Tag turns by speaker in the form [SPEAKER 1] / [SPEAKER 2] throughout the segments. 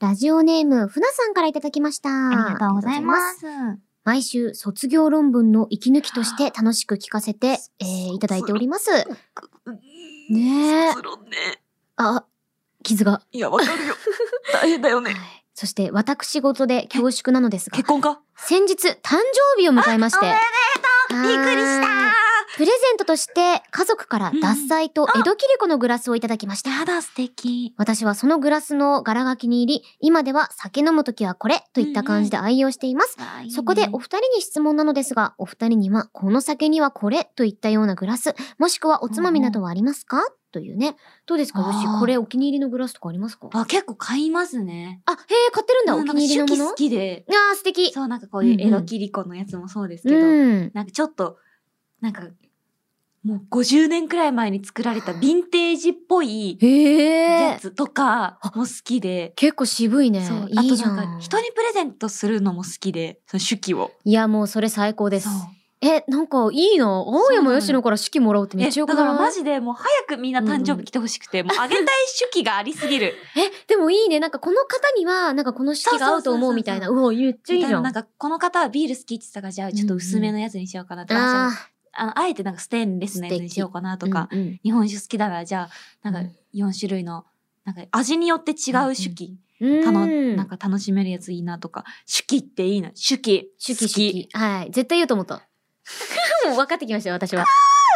[SPEAKER 1] ラジオネーム、ふなさんからいただきました。あ
[SPEAKER 2] ありがとうございま。
[SPEAKER 1] りがとうございます毎週、卒業論文の息抜きとして楽しく聞かせて、えー、いただいております。ねえ
[SPEAKER 3] 卒論ね。
[SPEAKER 1] あ、傷が。
[SPEAKER 3] いや、わか るよ。大変だよ
[SPEAKER 1] はい
[SPEAKER 3] ね。。
[SPEAKER 1] そして、私事で恐縮なのですが
[SPEAKER 3] 結、婚か
[SPEAKER 1] 先日、誕生日を迎えまして。
[SPEAKER 3] あ
[SPEAKER 1] び
[SPEAKER 3] びっくりした
[SPEAKER 1] プレゼントとして、家族から脱菜と江戸切子のグラスをいただきました。
[SPEAKER 3] やだ、素敵。
[SPEAKER 1] 私はそのグラスの柄が気に入り、今では酒飲むときはこれといった感じで愛用しています。
[SPEAKER 3] あ
[SPEAKER 1] そこでお二人に質問なのですが、お二人にはこの酒にはこれといったようなグラス、もしくはおつまみなどはありますかというね。どうですか
[SPEAKER 2] あー
[SPEAKER 1] よし、これお気に入りのグラスとかありますかあ、へ
[SPEAKER 2] あ、結構買いますね。
[SPEAKER 1] え、買ってるんだ、
[SPEAKER 2] う
[SPEAKER 1] お
[SPEAKER 2] んな
[SPEAKER 1] 気
[SPEAKER 2] んか
[SPEAKER 1] に入りの
[SPEAKER 2] 手
[SPEAKER 1] も
[SPEAKER 2] 記
[SPEAKER 1] の。
[SPEAKER 2] 好きで。
[SPEAKER 1] あー、素敵。
[SPEAKER 2] そう、なんかこういう江
[SPEAKER 1] うんう
[SPEAKER 2] 戸
[SPEAKER 1] ん
[SPEAKER 2] 切子のやつもそうですけど、
[SPEAKER 1] うん。
[SPEAKER 2] なんかちょっと、なんか、もう50年くらい前に作られたヴィンテージっぽい
[SPEAKER 1] へ
[SPEAKER 2] や
[SPEAKER 1] え。
[SPEAKER 2] つとかも好きで、
[SPEAKER 1] 結構渋いね
[SPEAKER 2] そう。、あ
[SPEAKER 1] い
[SPEAKER 2] と
[SPEAKER 1] いじゃ
[SPEAKER 2] なんか
[SPEAKER 1] ん。
[SPEAKER 2] 人にプレゼントするのも好きで、その手記を。
[SPEAKER 1] いや、もうそれ最高です
[SPEAKER 2] そう。
[SPEAKER 1] え、なんかいいな。青山よしのから式もらうってめ
[SPEAKER 2] え
[SPEAKER 1] っちゃよく
[SPEAKER 2] だ
[SPEAKER 1] ない
[SPEAKER 2] からマジでもう早くみんな誕生日来てほ しくて、もうあげたい手記がありすぎる。
[SPEAKER 1] え、でもいいね。なんかこの方には、なんかこの式が合うと思うみたいな。うお、めっちゃいい じゃん。
[SPEAKER 2] なんかこの方はビール好きって言ってたからじゃあちょっと薄めのやつにしようかなとか、じゃあ
[SPEAKER 1] あ
[SPEAKER 2] あのあえてなんかステンレスのやつにしようかな
[SPEAKER 1] あ、
[SPEAKER 2] とか、
[SPEAKER 1] うんうん
[SPEAKER 2] 日本酒好きだからじゃあなんか4種類のなんか味によって違う手記、たの
[SPEAKER 1] うん
[SPEAKER 2] なんか楽しめるやついいなとか手記っていいな手記
[SPEAKER 1] 手記
[SPEAKER 2] 好き
[SPEAKER 1] 手記はい。絶対言うと 思った。もう分かってきましたよ、私は。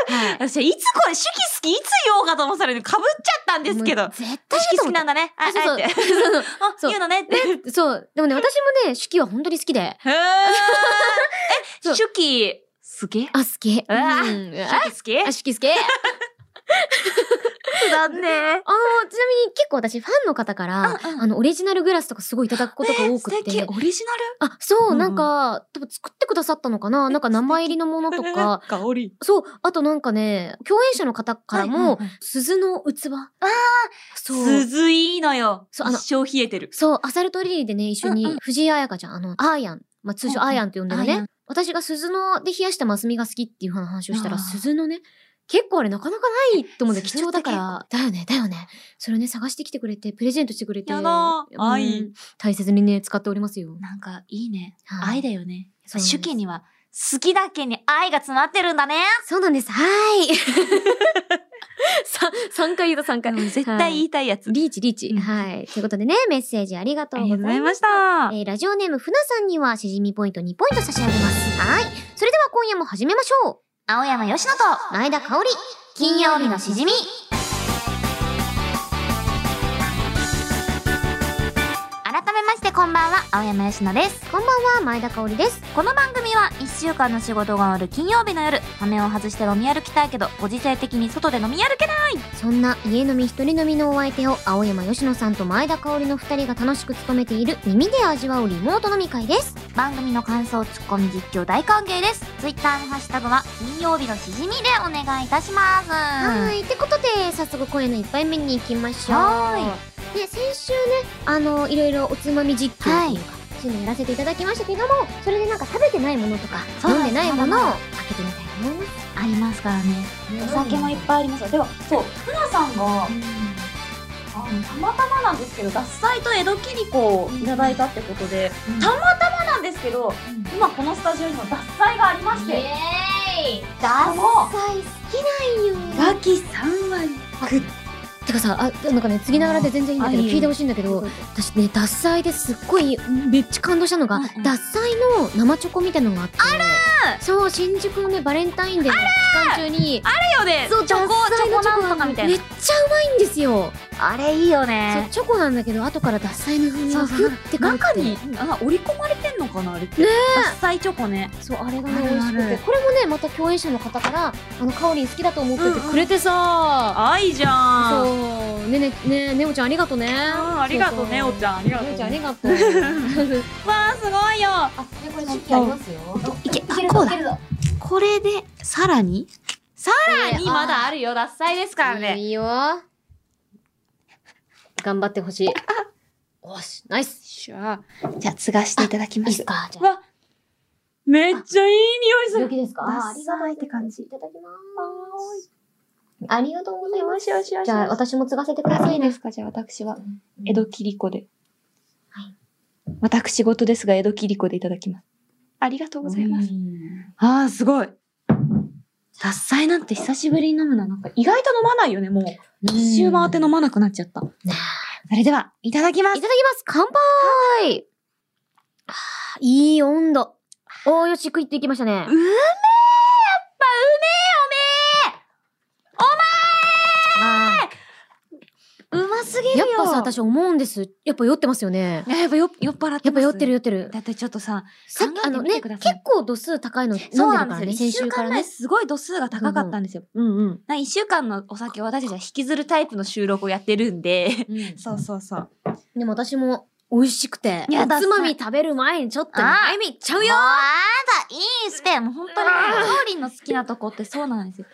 [SPEAKER 1] はい。
[SPEAKER 2] 私はいつこれ手記好きいつ言おうかと思ってたのにかぶっちゃったんですけ
[SPEAKER 1] も
[SPEAKER 2] ど
[SPEAKER 1] う絶
[SPEAKER 2] 手
[SPEAKER 1] 対
[SPEAKER 2] 記
[SPEAKER 1] 言うと思っ
[SPEAKER 2] 好きな
[SPEAKER 1] た。
[SPEAKER 2] んだねあ
[SPEAKER 1] あそう
[SPEAKER 2] あえて
[SPEAKER 1] そうそう
[SPEAKER 2] あ
[SPEAKER 1] そう
[SPEAKER 2] 言うのねって
[SPEAKER 1] そう。そう。でもね、私もね、手記は本当に好きで。
[SPEAKER 2] へー
[SPEAKER 1] そう
[SPEAKER 2] え手記好き
[SPEAKER 1] あ、好き。
[SPEAKER 2] うわ
[SPEAKER 1] うんあ、
[SPEAKER 2] 手記好き
[SPEAKER 1] 手記好き。あ
[SPEAKER 2] だね
[SPEAKER 1] の、ちなみに結構私ファンの方から、
[SPEAKER 2] うんうん
[SPEAKER 1] あの、オリジナルグラスとかすごいいただくことが多く
[SPEAKER 2] 素
[SPEAKER 1] て。
[SPEAKER 2] 敵オリジナル
[SPEAKER 1] あ、そう、
[SPEAKER 2] うん
[SPEAKER 1] なんか、多分作ってくださったのかななんか名前入りのものとか、
[SPEAKER 2] 香り
[SPEAKER 1] そう、あとなんかね、共演者の方から
[SPEAKER 2] はい
[SPEAKER 1] も
[SPEAKER 2] はいはい、
[SPEAKER 1] 鈴の器。ああそう。
[SPEAKER 2] 鈴いいのよ
[SPEAKER 1] そうあの
[SPEAKER 2] 一生冷えてる
[SPEAKER 1] そう、アサルトリリーでね、一緒
[SPEAKER 2] うんう
[SPEAKER 1] に
[SPEAKER 2] ん、
[SPEAKER 1] 藤井彩香ちゃん、あの、アーヤン、まあ、通称
[SPEAKER 2] うんうん
[SPEAKER 1] アーヤンって呼んでる
[SPEAKER 2] アーヤ
[SPEAKER 1] ね
[SPEAKER 2] ン。
[SPEAKER 1] 私が鈴ので冷やしたマスミが好きっていう話をしたら、
[SPEAKER 2] あー
[SPEAKER 1] 鈴のね、結構あれなかなかないと思うんだよ。貴
[SPEAKER 2] 鈴
[SPEAKER 1] 重
[SPEAKER 2] って
[SPEAKER 1] だから。だよね、だよね。それをね、探してきてくれて、プレゼントしてくれて。
[SPEAKER 2] やだー
[SPEAKER 1] うん
[SPEAKER 2] 愛
[SPEAKER 1] 大切にね、使っておりますよ。
[SPEAKER 2] なんかいいね
[SPEAKER 1] はい
[SPEAKER 2] 愛だよね
[SPEAKER 1] そうなんです
[SPEAKER 2] 手記には好きだけに愛が詰まってるんだね
[SPEAKER 1] そうなんです。はーい。 さ、3回言うと3回。
[SPEAKER 2] 絶対言いたいやつ
[SPEAKER 1] リーチ、リーチ。
[SPEAKER 2] うん
[SPEAKER 1] はい。ということでね、メッセージありがとう
[SPEAKER 2] あ
[SPEAKER 1] ご
[SPEAKER 2] り
[SPEAKER 1] ざ
[SPEAKER 2] が
[SPEAKER 1] い
[SPEAKER 2] とう
[SPEAKER 1] ま。
[SPEAKER 2] ございますした
[SPEAKER 1] えーラジオネームふなさんにはしじみポイント2ポイント差し上げます。はい。それでは今夜も始めましょ
[SPEAKER 2] 青山よしのと
[SPEAKER 1] う。前田香織、金曜日のしじみ。
[SPEAKER 2] 改めましてこんばんは青山よしのです
[SPEAKER 1] こんばんは、前田香織です。
[SPEAKER 2] この番組は1週間の仕事が終わる金曜日の夜羽目を外して飲み歩きたいけどご時世的に外で飲み歩けない
[SPEAKER 1] そんな家飲み一人飲みのお相手を青山佳乃さんと前田香織の2人が楽しく務めている耳で味わうリモート飲み会です。
[SPEAKER 2] 番組の感想ツッコミ実況大歓迎ですツイッターのハッシュタグは金曜日のしじみでお願いいたします
[SPEAKER 1] はーい。ってことで、早速今夜の一杯目に行きましょう。
[SPEAKER 2] は
[SPEAKER 1] ね、先週ね、あの、いろいろおつまみ実況っていうか、そういうのやらせていただきましたけども、それでなんか食べてないものとか、
[SPEAKER 2] そう
[SPEAKER 1] 飲ん
[SPEAKER 2] なん
[SPEAKER 1] で
[SPEAKER 2] です
[SPEAKER 1] ないものを
[SPEAKER 2] ま
[SPEAKER 1] かけてみたいと思います。
[SPEAKER 2] ありますからねお酒もいっぱいありますよでもそうふなさんがあのたまたまなんですけど獺祭と江戸切子をいただいたってことで、
[SPEAKER 1] うん
[SPEAKER 2] たまたまなんですけど今このスタジオにも獺祭がありまして
[SPEAKER 1] エーイ野菜
[SPEAKER 2] ダ
[SPEAKER 1] 好きなんよ。
[SPEAKER 2] キ3割
[SPEAKER 1] てかさ、あ、なんかね、次ながらで全然いいんだけど、
[SPEAKER 2] あいいよ
[SPEAKER 1] 聞いてほしいんだけど、私ね、獺祭ですっごい、めっちゃ感動したのが
[SPEAKER 2] うんう、ん
[SPEAKER 1] 獺祭の生チョコみたいなのがあって。あらそう、新宿のね、バレンタインデーの期間中に、
[SPEAKER 2] よね
[SPEAKER 1] そう、
[SPEAKER 2] チョコ
[SPEAKER 1] 獺
[SPEAKER 2] チ
[SPEAKER 1] 祭
[SPEAKER 2] ョ
[SPEAKER 1] の
[SPEAKER 2] コなんとかみたい
[SPEAKER 1] め
[SPEAKER 2] な
[SPEAKER 1] っちゃうまいんですよ。
[SPEAKER 2] あれいい
[SPEAKER 1] そ
[SPEAKER 2] よ
[SPEAKER 1] うチョコなんだけど後から獺祭の風味がふってか
[SPEAKER 2] 中にあ織り込まれてんのかなあれって
[SPEAKER 1] ね
[SPEAKER 2] 獺祭チョコね
[SPEAKER 1] そうあれがね
[SPEAKER 2] あ
[SPEAKER 1] 美
[SPEAKER 2] る
[SPEAKER 1] 味しく
[SPEAKER 2] あ
[SPEAKER 1] て
[SPEAKER 2] る
[SPEAKER 1] これもねまた共演者の方から「あのカオリン好きだと思って」
[SPEAKER 2] う
[SPEAKER 1] っ
[SPEAKER 2] ん
[SPEAKER 1] て
[SPEAKER 2] うん
[SPEAKER 1] くれてさ、
[SPEAKER 2] 愛じゃん
[SPEAKER 1] そうねねねねおちゃんありがとね
[SPEAKER 2] ありがとうねおちゃんありがとう
[SPEAKER 1] ねお
[SPEAKER 2] ね
[SPEAKER 1] ちゃんありがとう
[SPEAKER 2] わあすごいよ
[SPEAKER 1] あねこれ式ありますよ
[SPEAKER 2] いけ
[SPEAKER 1] いける
[SPEAKER 2] あこ
[SPEAKER 1] ぞ
[SPEAKER 2] う
[SPEAKER 1] いけ
[SPEAKER 2] だ
[SPEAKER 1] るぞ
[SPEAKER 2] これでさらにさら
[SPEAKER 1] え
[SPEAKER 2] に
[SPEAKER 1] ー
[SPEAKER 2] まだあるよ獺祭ですからね
[SPEAKER 1] いいよ頑張ってほしいおしナイス
[SPEAKER 2] じゃあ継がしていただき
[SPEAKER 1] いいっすかじゃあ
[SPEAKER 2] わめっちゃいい匂いす
[SPEAKER 1] 病
[SPEAKER 2] る
[SPEAKER 1] 気ですか
[SPEAKER 2] あ
[SPEAKER 1] ありがとう
[SPEAKER 2] って感じ
[SPEAKER 1] いただきますありがとうございます
[SPEAKER 2] よしよしよし
[SPEAKER 1] じゃあ私も継がせてくださいね
[SPEAKER 2] すかじゃあ私は
[SPEAKER 1] 江戸
[SPEAKER 2] 切子で私事ですが、江戸切子でいただきます。ありがとうございます。ああ、すごい。獺祭なんて久しぶりに飲むな。なんか意外と飲まないよね、もう。一周回って飲まなくなっちゃった。それでは、いただきま
[SPEAKER 1] いた
[SPEAKER 2] す。
[SPEAKER 1] だきます乾杯あーいい温度。おーよし、食いっていきましたね。
[SPEAKER 2] うめえや
[SPEAKER 1] あ
[SPEAKER 2] っぱうめえうますぎ
[SPEAKER 1] ー
[SPEAKER 2] る
[SPEAKER 1] や
[SPEAKER 2] よ
[SPEAKER 1] っぱさ、私思うんです。やっぱ酔ってますよね。
[SPEAKER 2] いややっぱよ酔っ払ってます
[SPEAKER 1] やっぱ酔ってる酔ってる。
[SPEAKER 2] だってちょっとさ、
[SPEAKER 1] さっ
[SPEAKER 2] 考
[SPEAKER 1] き、
[SPEAKER 2] え
[SPEAKER 1] あ
[SPEAKER 2] て
[SPEAKER 1] の
[SPEAKER 2] みて
[SPEAKER 1] ね、
[SPEAKER 2] くだ
[SPEAKER 1] 結
[SPEAKER 2] さい
[SPEAKER 1] 構度数高いの飲んでる
[SPEAKER 2] そう
[SPEAKER 1] か
[SPEAKER 2] なん
[SPEAKER 1] ら
[SPEAKER 2] で
[SPEAKER 1] ね、
[SPEAKER 2] すよ。
[SPEAKER 1] 先
[SPEAKER 2] 一週
[SPEAKER 1] 週か
[SPEAKER 2] 間
[SPEAKER 1] ら
[SPEAKER 2] 前
[SPEAKER 1] ね。
[SPEAKER 2] すごい度数が高かったんですよ。
[SPEAKER 1] うんうん。
[SPEAKER 2] な一週間のお酒を私たちは引きずるタイプの収録をやってるんで。そうそうそう。
[SPEAKER 1] でも私も美味しくて、
[SPEAKER 2] いや
[SPEAKER 1] お
[SPEAKER 2] だ
[SPEAKER 1] つまみ食べる前にちょっと
[SPEAKER 2] あ
[SPEAKER 1] 早めいっちゃうよ
[SPEAKER 2] だいいスペアもう本当にね、カオリンの好きなとこってそうなんですよ。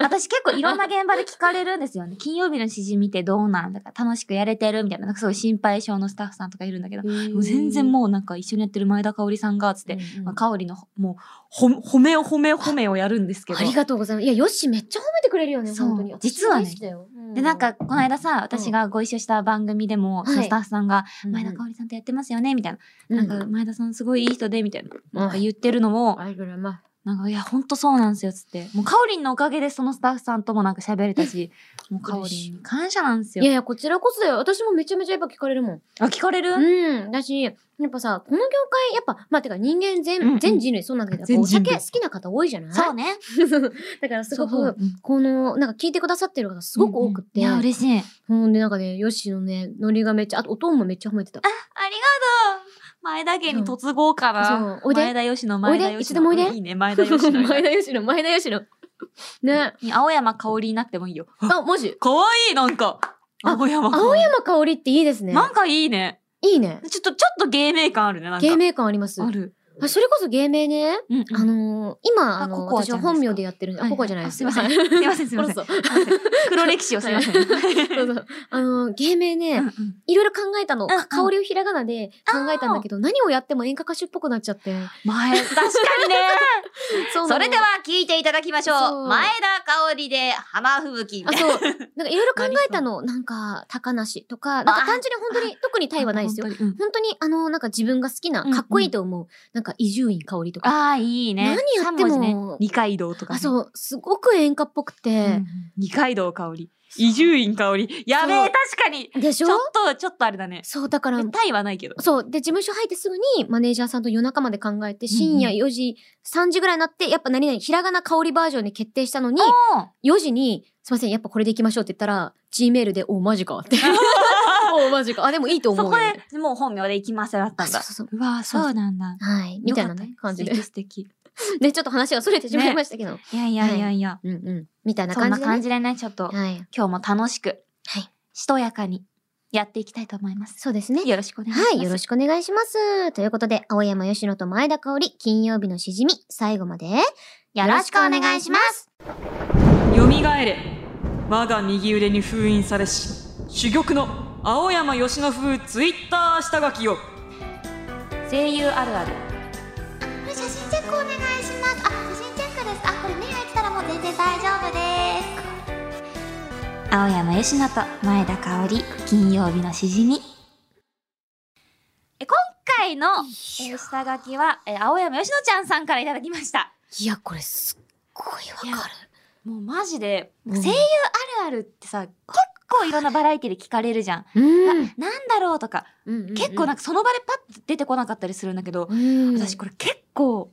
[SPEAKER 2] なんか私結構いろんな現場で聞かれるんですよね。金曜日のしじみってどうなんだか楽しくやれてるみたいな、なんかすごい心配性のスタッフさんとかいるんだけど、もう全然もうなんか一緒にやってる前田香織さんが、つって、
[SPEAKER 1] うんうん
[SPEAKER 2] まあ、香織のもうほ褒めを褒めを褒めをやるんですけど。
[SPEAKER 1] ありがとうございます。いや、よしめっちゃ褒めてくれるよね、
[SPEAKER 2] そう
[SPEAKER 1] 本当に。
[SPEAKER 2] 実はね
[SPEAKER 1] 私大好きだよ
[SPEAKER 2] で、なんか、、この間さ、私がご一緒した番組でも、
[SPEAKER 1] い
[SPEAKER 2] そのスタッフさんが、
[SPEAKER 1] うん
[SPEAKER 2] 前田香織さんとやってますよねみたいな。
[SPEAKER 1] う
[SPEAKER 2] なんか、前田さんすごいいい人で、みたいな。なんか
[SPEAKER 1] うん
[SPEAKER 2] 言ってるのも、
[SPEAKER 1] あれぐらいまあ
[SPEAKER 2] なんか、いや、ほんとそうなんですよ、つって。もう、かおりんのおかげで、そのスタッフさんともなんか喋れたし、もう、かおりんに感謝なんです
[SPEAKER 1] いや
[SPEAKER 2] よ。
[SPEAKER 1] いや、こちらこそだよ。私もめちゃめちゃやっぱ聞かれるもん。
[SPEAKER 2] あ、聞かれる
[SPEAKER 1] うん。だし、やっぱさ、この業界、やっぱ、まあ、てか人間全、
[SPEAKER 2] うんうん
[SPEAKER 1] 全人類そうなんだけど、やっぱ
[SPEAKER 2] 全
[SPEAKER 1] お
[SPEAKER 2] 人
[SPEAKER 1] 酒
[SPEAKER 2] 類
[SPEAKER 1] 好きな方多いじゃない
[SPEAKER 2] そうね。
[SPEAKER 1] だからすご
[SPEAKER 2] そうそう
[SPEAKER 1] く、この、なんか聞いてくださってる方すごく多くて。
[SPEAKER 2] いや、嬉しい。ありが
[SPEAKER 1] ほんで、なんかね、ヨッシーのね、ノリがめっちゃ、あと、おとんもめっちゃ褒めてた。
[SPEAKER 2] とう前田家に嫁ごうかな。
[SPEAKER 1] そうおいで
[SPEAKER 2] 前田よしの
[SPEAKER 1] おい
[SPEAKER 2] 前
[SPEAKER 1] で
[SPEAKER 2] 田よし
[SPEAKER 1] いつでもおいで
[SPEAKER 2] いいね、前田よしの。
[SPEAKER 1] 前田ヨシの、前田ヨシの。ね。
[SPEAKER 2] 青山かおりになってもいいよ。
[SPEAKER 1] あ、文字。
[SPEAKER 2] かわいい、なんか。
[SPEAKER 1] あ
[SPEAKER 2] 青山かお
[SPEAKER 1] 青
[SPEAKER 2] り。
[SPEAKER 1] 山香りっていいですね。
[SPEAKER 2] なんかいいね。
[SPEAKER 1] いいね。
[SPEAKER 2] ちょっと、ちょっと芸名感あるね、なんか。
[SPEAKER 1] 芸名感あります。
[SPEAKER 2] ある。
[SPEAKER 1] あ、それこそ芸名ね。
[SPEAKER 2] うんうん
[SPEAKER 1] あのー、今、
[SPEAKER 2] あ
[SPEAKER 1] あの
[SPEAKER 2] ココア
[SPEAKER 1] 私
[SPEAKER 2] ちゃん
[SPEAKER 1] は
[SPEAKER 2] ですか
[SPEAKER 1] 本名でやってるんで、あ、ココアじゃない
[SPEAKER 2] あ
[SPEAKER 1] ですす。
[SPEAKER 2] いません。
[SPEAKER 1] は
[SPEAKER 2] すいません、すいません。
[SPEAKER 1] そう
[SPEAKER 2] 黒歴史をすいません。
[SPEAKER 1] そうそうあのー、芸名ね、
[SPEAKER 2] うんうん
[SPEAKER 1] いろいろ考えたの。
[SPEAKER 2] んうん
[SPEAKER 1] か香りをひらがなで考えたんだけど、何をやっても演歌歌手っぽくなっちゃって。
[SPEAKER 2] 前、確かにね。
[SPEAKER 1] うな
[SPEAKER 4] そ
[SPEAKER 1] の
[SPEAKER 4] れでは聞いていただきましょ
[SPEAKER 1] そう
[SPEAKER 4] う。前田香織で浜吹雪。
[SPEAKER 1] あ、そう。なんかいろいろ考えたの。なんか、高梨とか、なんか単純に本当に、特にタイはないですよ。
[SPEAKER 2] 本当にうん
[SPEAKER 1] 本当に、あのー、なんか自分が好きな、
[SPEAKER 2] うんうん
[SPEAKER 1] かっこいいと思う、なんか伊集院香りとか。
[SPEAKER 2] ああ、いいね。
[SPEAKER 1] 何やっても
[SPEAKER 2] 三文字ね、二階堂とかね。
[SPEAKER 1] あ、そう、すごく演歌っぽく
[SPEAKER 2] うんう
[SPEAKER 1] て
[SPEAKER 2] ん。。二階堂香織。伊集院香織。やべえ、
[SPEAKER 1] そう
[SPEAKER 2] 確かに。
[SPEAKER 1] でし
[SPEAKER 2] ち
[SPEAKER 1] ょ
[SPEAKER 2] ょっと、ちょっとあれだね。
[SPEAKER 1] そう、だから、
[SPEAKER 2] タイはないけど。
[SPEAKER 1] そう。で、事務所入ってすぐにマネージャーさんと夜中まで考えて、深夜
[SPEAKER 2] うん
[SPEAKER 1] 4時、3時ぐらいになって、やっぱ何々、ひらがな香りバージョンに決定したのに、4時に、すいません、やっぱこれでいきましょうって言ったら、G メールで、おマジか って。おマジか。あ、でもいいと思
[SPEAKER 2] そうこ
[SPEAKER 1] よ、ね。
[SPEAKER 2] でもう本名で行きますだった
[SPEAKER 1] あ
[SPEAKER 2] ん
[SPEAKER 1] そ
[SPEAKER 2] だ
[SPEAKER 1] う。そうそう。
[SPEAKER 2] うわー、そうなんだ。
[SPEAKER 1] はい。みたいなね、感じで
[SPEAKER 2] 素。敵素敵。
[SPEAKER 1] ね、ちょっと話が逸れてしまいましたけど。
[SPEAKER 2] いやいやいやいや。
[SPEAKER 1] うんうん。みたいな
[SPEAKER 2] そん
[SPEAKER 1] 感
[SPEAKER 2] な
[SPEAKER 1] じで、
[SPEAKER 2] 感
[SPEAKER 1] ね。
[SPEAKER 2] じでね、ちょっと、
[SPEAKER 1] はい。
[SPEAKER 2] 今日も楽しく、
[SPEAKER 1] はい
[SPEAKER 2] しとやかにやっていきたいと思います。
[SPEAKER 1] そうですね。
[SPEAKER 2] よろしくお願いします。
[SPEAKER 1] はい、よろしくお願いします。ということで、青山吉野と前田香織、金曜日のしじみ、最後まで、よろしくお願いします。
[SPEAKER 5] よみがえれ我が右腕に封印されし珠玉の青山由伸風ツイッター下書きを
[SPEAKER 2] 声優あるある。
[SPEAKER 4] これ写真チェックお願いします。あ、写真チェックです。あ、これ目が来たらもう全然大丈夫です。
[SPEAKER 2] 青山吉乃と前田香織金曜日のしじみえ今回のえー下書きはえー青山吉乃ちゃんさんからいただきました
[SPEAKER 1] いや、これすっごいわかる。
[SPEAKER 2] もうマジで
[SPEAKER 1] うん
[SPEAKER 2] 声優あるあるってさ、結構いろんなバラエティで聞かれるじゃん
[SPEAKER 1] うん
[SPEAKER 2] なんだろうとか結構な
[SPEAKER 1] か、
[SPEAKER 2] んかその場でパッと出てこなかったりするんだけど、
[SPEAKER 1] うん
[SPEAKER 2] 私これ結構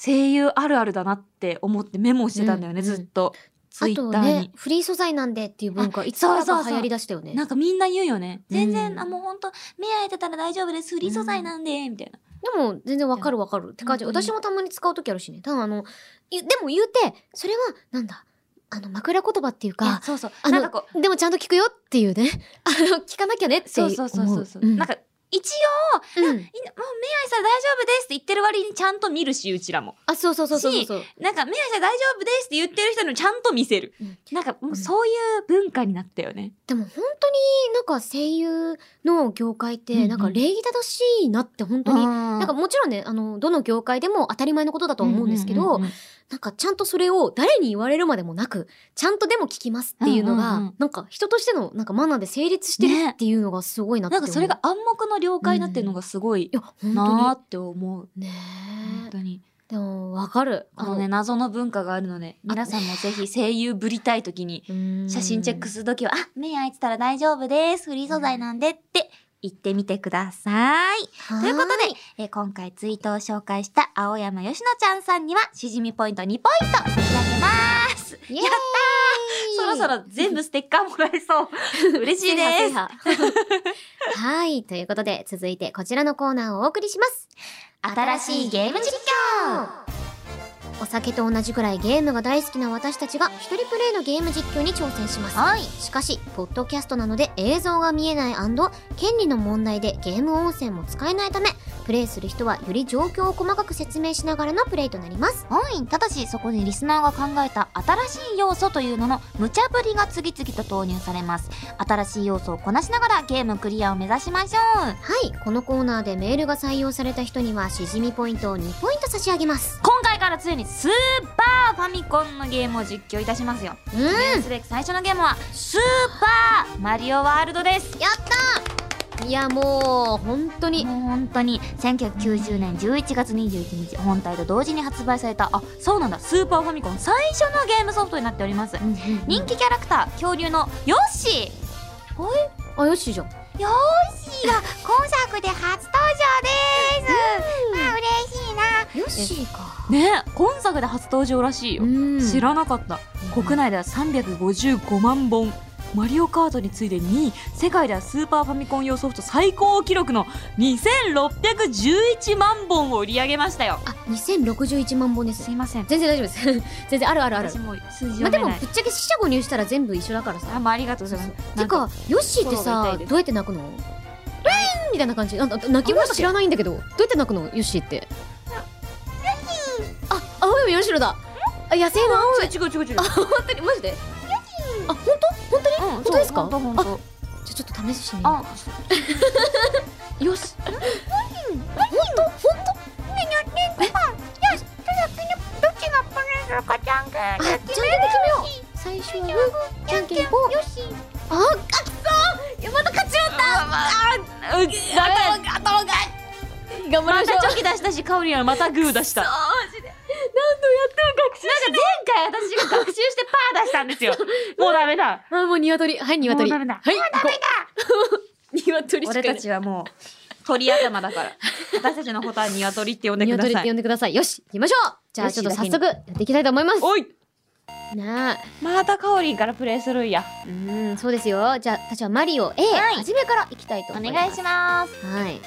[SPEAKER 2] 声優あるあるだなって思ってメモしてたんだよね、
[SPEAKER 1] うん
[SPEAKER 2] ずっとツイ
[SPEAKER 1] あ
[SPEAKER 2] ッ
[SPEAKER 1] と
[SPEAKER 2] ターに、
[SPEAKER 1] ね、フリー素材なんでっていう文化、いつから
[SPEAKER 2] そうそ
[SPEAKER 1] か
[SPEAKER 2] うそう
[SPEAKER 1] 流行り出したよね。
[SPEAKER 2] なんかみんな言うよね。
[SPEAKER 1] うん
[SPEAKER 2] 全然、あ、もうほんと、目開いてたら大丈夫です。フリー素材なんで、みたいな。
[SPEAKER 1] でも、全然わかるわかる。って感じ、
[SPEAKER 2] 本当に
[SPEAKER 1] 私もたまに使うときあるしね。ただ、あの、いでも言うて、それは、なんだ、あの、枕言葉っていう
[SPEAKER 2] いや
[SPEAKER 1] か、
[SPEAKER 2] そうそう。
[SPEAKER 1] あ
[SPEAKER 2] なん
[SPEAKER 1] の
[SPEAKER 2] かこう、、
[SPEAKER 1] でもちゃんと聞くよっていうね。あの、聞かなきゃねって
[SPEAKER 2] そ
[SPEAKER 1] 思
[SPEAKER 2] う
[SPEAKER 1] う。
[SPEAKER 2] そうそうそう。
[SPEAKER 1] うん
[SPEAKER 2] なんか、一
[SPEAKER 1] うん。
[SPEAKER 2] 応、いもう目開いたら大丈夫ですって言ってる割にちゃんと見るし、うちらも。
[SPEAKER 1] あ、そうそうそうそうそう。
[SPEAKER 2] なんか、目開いたら大丈夫ですって言ってる人にちゃんと見せる。
[SPEAKER 1] うん
[SPEAKER 2] なんか、もうそういう文化になったよね。
[SPEAKER 1] でも本当になんか声優の業界っ
[SPEAKER 2] うんう
[SPEAKER 1] て、
[SPEAKER 2] ん
[SPEAKER 1] なんか礼儀正しいなって本当に
[SPEAKER 2] 本
[SPEAKER 1] なんかもちろんね、あの、どの業界でも当たり前のことだと思うんですけど、
[SPEAKER 2] う、んうんうん
[SPEAKER 1] なんかちゃんとそれを誰に言われるまでもなく、ちゃんとでも聞きますっていうのが、
[SPEAKER 2] うんうんうん
[SPEAKER 1] なんか人としてのなんかマナーで成立してる
[SPEAKER 2] ね
[SPEAKER 1] っていうのがすごいなって
[SPEAKER 2] な
[SPEAKER 1] 思
[SPEAKER 2] ん
[SPEAKER 1] う。
[SPEAKER 2] かそれが暗黙の了解になってるのがすごい
[SPEAKER 1] いや、本
[SPEAKER 2] なー
[SPEAKER 1] 当
[SPEAKER 2] って思う。
[SPEAKER 1] に。ね
[SPEAKER 2] 本当に。
[SPEAKER 1] え。でも、わかる。
[SPEAKER 2] あのね、謎の文化があるので、皆さんもぜひ声優ぶりたいときに、
[SPEAKER 1] の、
[SPEAKER 2] 写真チェック
[SPEAKER 1] す
[SPEAKER 2] するときは、あ、目開いてたら大丈夫です。フリー素材なんでって言ってみてください。
[SPEAKER 1] る
[SPEAKER 2] ということで、えー今回ツイートを紹介した青山よしのちゃんさんには、しじみポイント2ポイント差し上げます。
[SPEAKER 1] イエーイ
[SPEAKER 2] やったーそろそろ全部ステッカーもらえそう。 嬉しいです。
[SPEAKER 1] はい。ということで、続いてこちらのコーナーをお送りします。
[SPEAKER 2] 新しいゲーム実況
[SPEAKER 1] お酒と同じくらいゲームが大好きな私たちが一人プレイのゲーム実況に挑戦します。しかし、ポッドキャストなので映像が見えない権利の問題でゲーム音声も使えないため、プレイする人はより状況を細かく説明しながらのプレイとなります。
[SPEAKER 2] はい。ただし、そこでリスナーが考えた新しい要素というのの無茶ぶりが次々と投入されます。新しい要素をこなしながらゲームクリアを目指しましょう。
[SPEAKER 1] はい。このコーナーでメールが採用された人には、しじみポイントを2ポイント差し上げます。
[SPEAKER 2] 今回からついにスーパーファミコンのゲームを実況いたしますよ。
[SPEAKER 1] うん。やっ
[SPEAKER 2] すべき最初のゲームは、スーパーマリオワールドです。
[SPEAKER 1] たいや、もう、本当に。
[SPEAKER 2] もう本当に、1990年11月21日、本体と同時に発売された、あ、そうなんだ、スーパーファミコン最初のゲームソフトになっております。人気キャラクター、恐竜のヨッシー
[SPEAKER 1] あ、よしじゃん。
[SPEAKER 2] ヨッシーが今作で初登場です、
[SPEAKER 1] よしか。
[SPEAKER 2] ね今作で初登場らしいよ、
[SPEAKER 1] ん
[SPEAKER 5] 知らなかった国内では355万本マリオカートに次いで2位世界ではスーパーファミコン用ソフト最高記録の2611万本を売り上げましたよ
[SPEAKER 1] あ、2061万本です
[SPEAKER 2] す。いません
[SPEAKER 1] 全然大丈夫です。 全然あるあるある
[SPEAKER 2] 私。も数字
[SPEAKER 1] ま
[SPEAKER 2] 読
[SPEAKER 1] あで
[SPEAKER 2] め
[SPEAKER 1] も、
[SPEAKER 2] ない、
[SPEAKER 1] ぶっちゃけ四捨五入したら全部一緒だから
[SPEAKER 2] あ
[SPEAKER 1] さ。
[SPEAKER 2] まあありがとうございます
[SPEAKER 1] てか、ヨッシーって
[SPEAKER 2] ソロが痛
[SPEAKER 1] さ
[SPEAKER 2] い、です
[SPEAKER 1] どうやって泣くのウィーンみたいな感じ。なんか泣き声知らないんだけど、どうやって泣くのヨッシーって。あ、青山ヨシロだ。あ、野生の青山。
[SPEAKER 5] 違う違う違う
[SPEAKER 1] あ、本当にマジであ、本当本当に
[SPEAKER 2] うん、
[SPEAKER 1] 当ですか
[SPEAKER 2] 本当本当
[SPEAKER 1] じゃあちょっと試してみよう。
[SPEAKER 2] あよし
[SPEAKER 1] あ、じゃんけんで決めよう。最初はグー、じゃんけんぽん。よし。あ、あ、くそいやまた勝ちまった
[SPEAKER 5] 頑張りましょう
[SPEAKER 2] チョキ出したしカオリンはまた
[SPEAKER 5] またグー出した
[SPEAKER 2] 前回私が学習してパー出したんですよもうダメだ
[SPEAKER 1] あー、もう鶏。はい、鶏。
[SPEAKER 2] もうダメだ
[SPEAKER 1] はい、もうダメだ鶏しか
[SPEAKER 2] 俺
[SPEAKER 1] いない
[SPEAKER 2] たちはもう鳥頭だから私たちのことは鶏って呼んでくだ
[SPEAKER 1] 鶏っ
[SPEAKER 2] さ
[SPEAKER 1] て
[SPEAKER 2] い
[SPEAKER 1] 呼んでください。よし、行きましょうじゃあちょっと早速やっていきたいと思います。
[SPEAKER 5] おい
[SPEAKER 1] なあ、
[SPEAKER 2] またカオリンからプレイするんや
[SPEAKER 1] うーん、そうですよ。じゃあ、私はマリオ A、
[SPEAKER 2] はい
[SPEAKER 1] 初めから行きたいと
[SPEAKER 2] お
[SPEAKER 1] 思います。
[SPEAKER 2] 願いします
[SPEAKER 1] す。はい。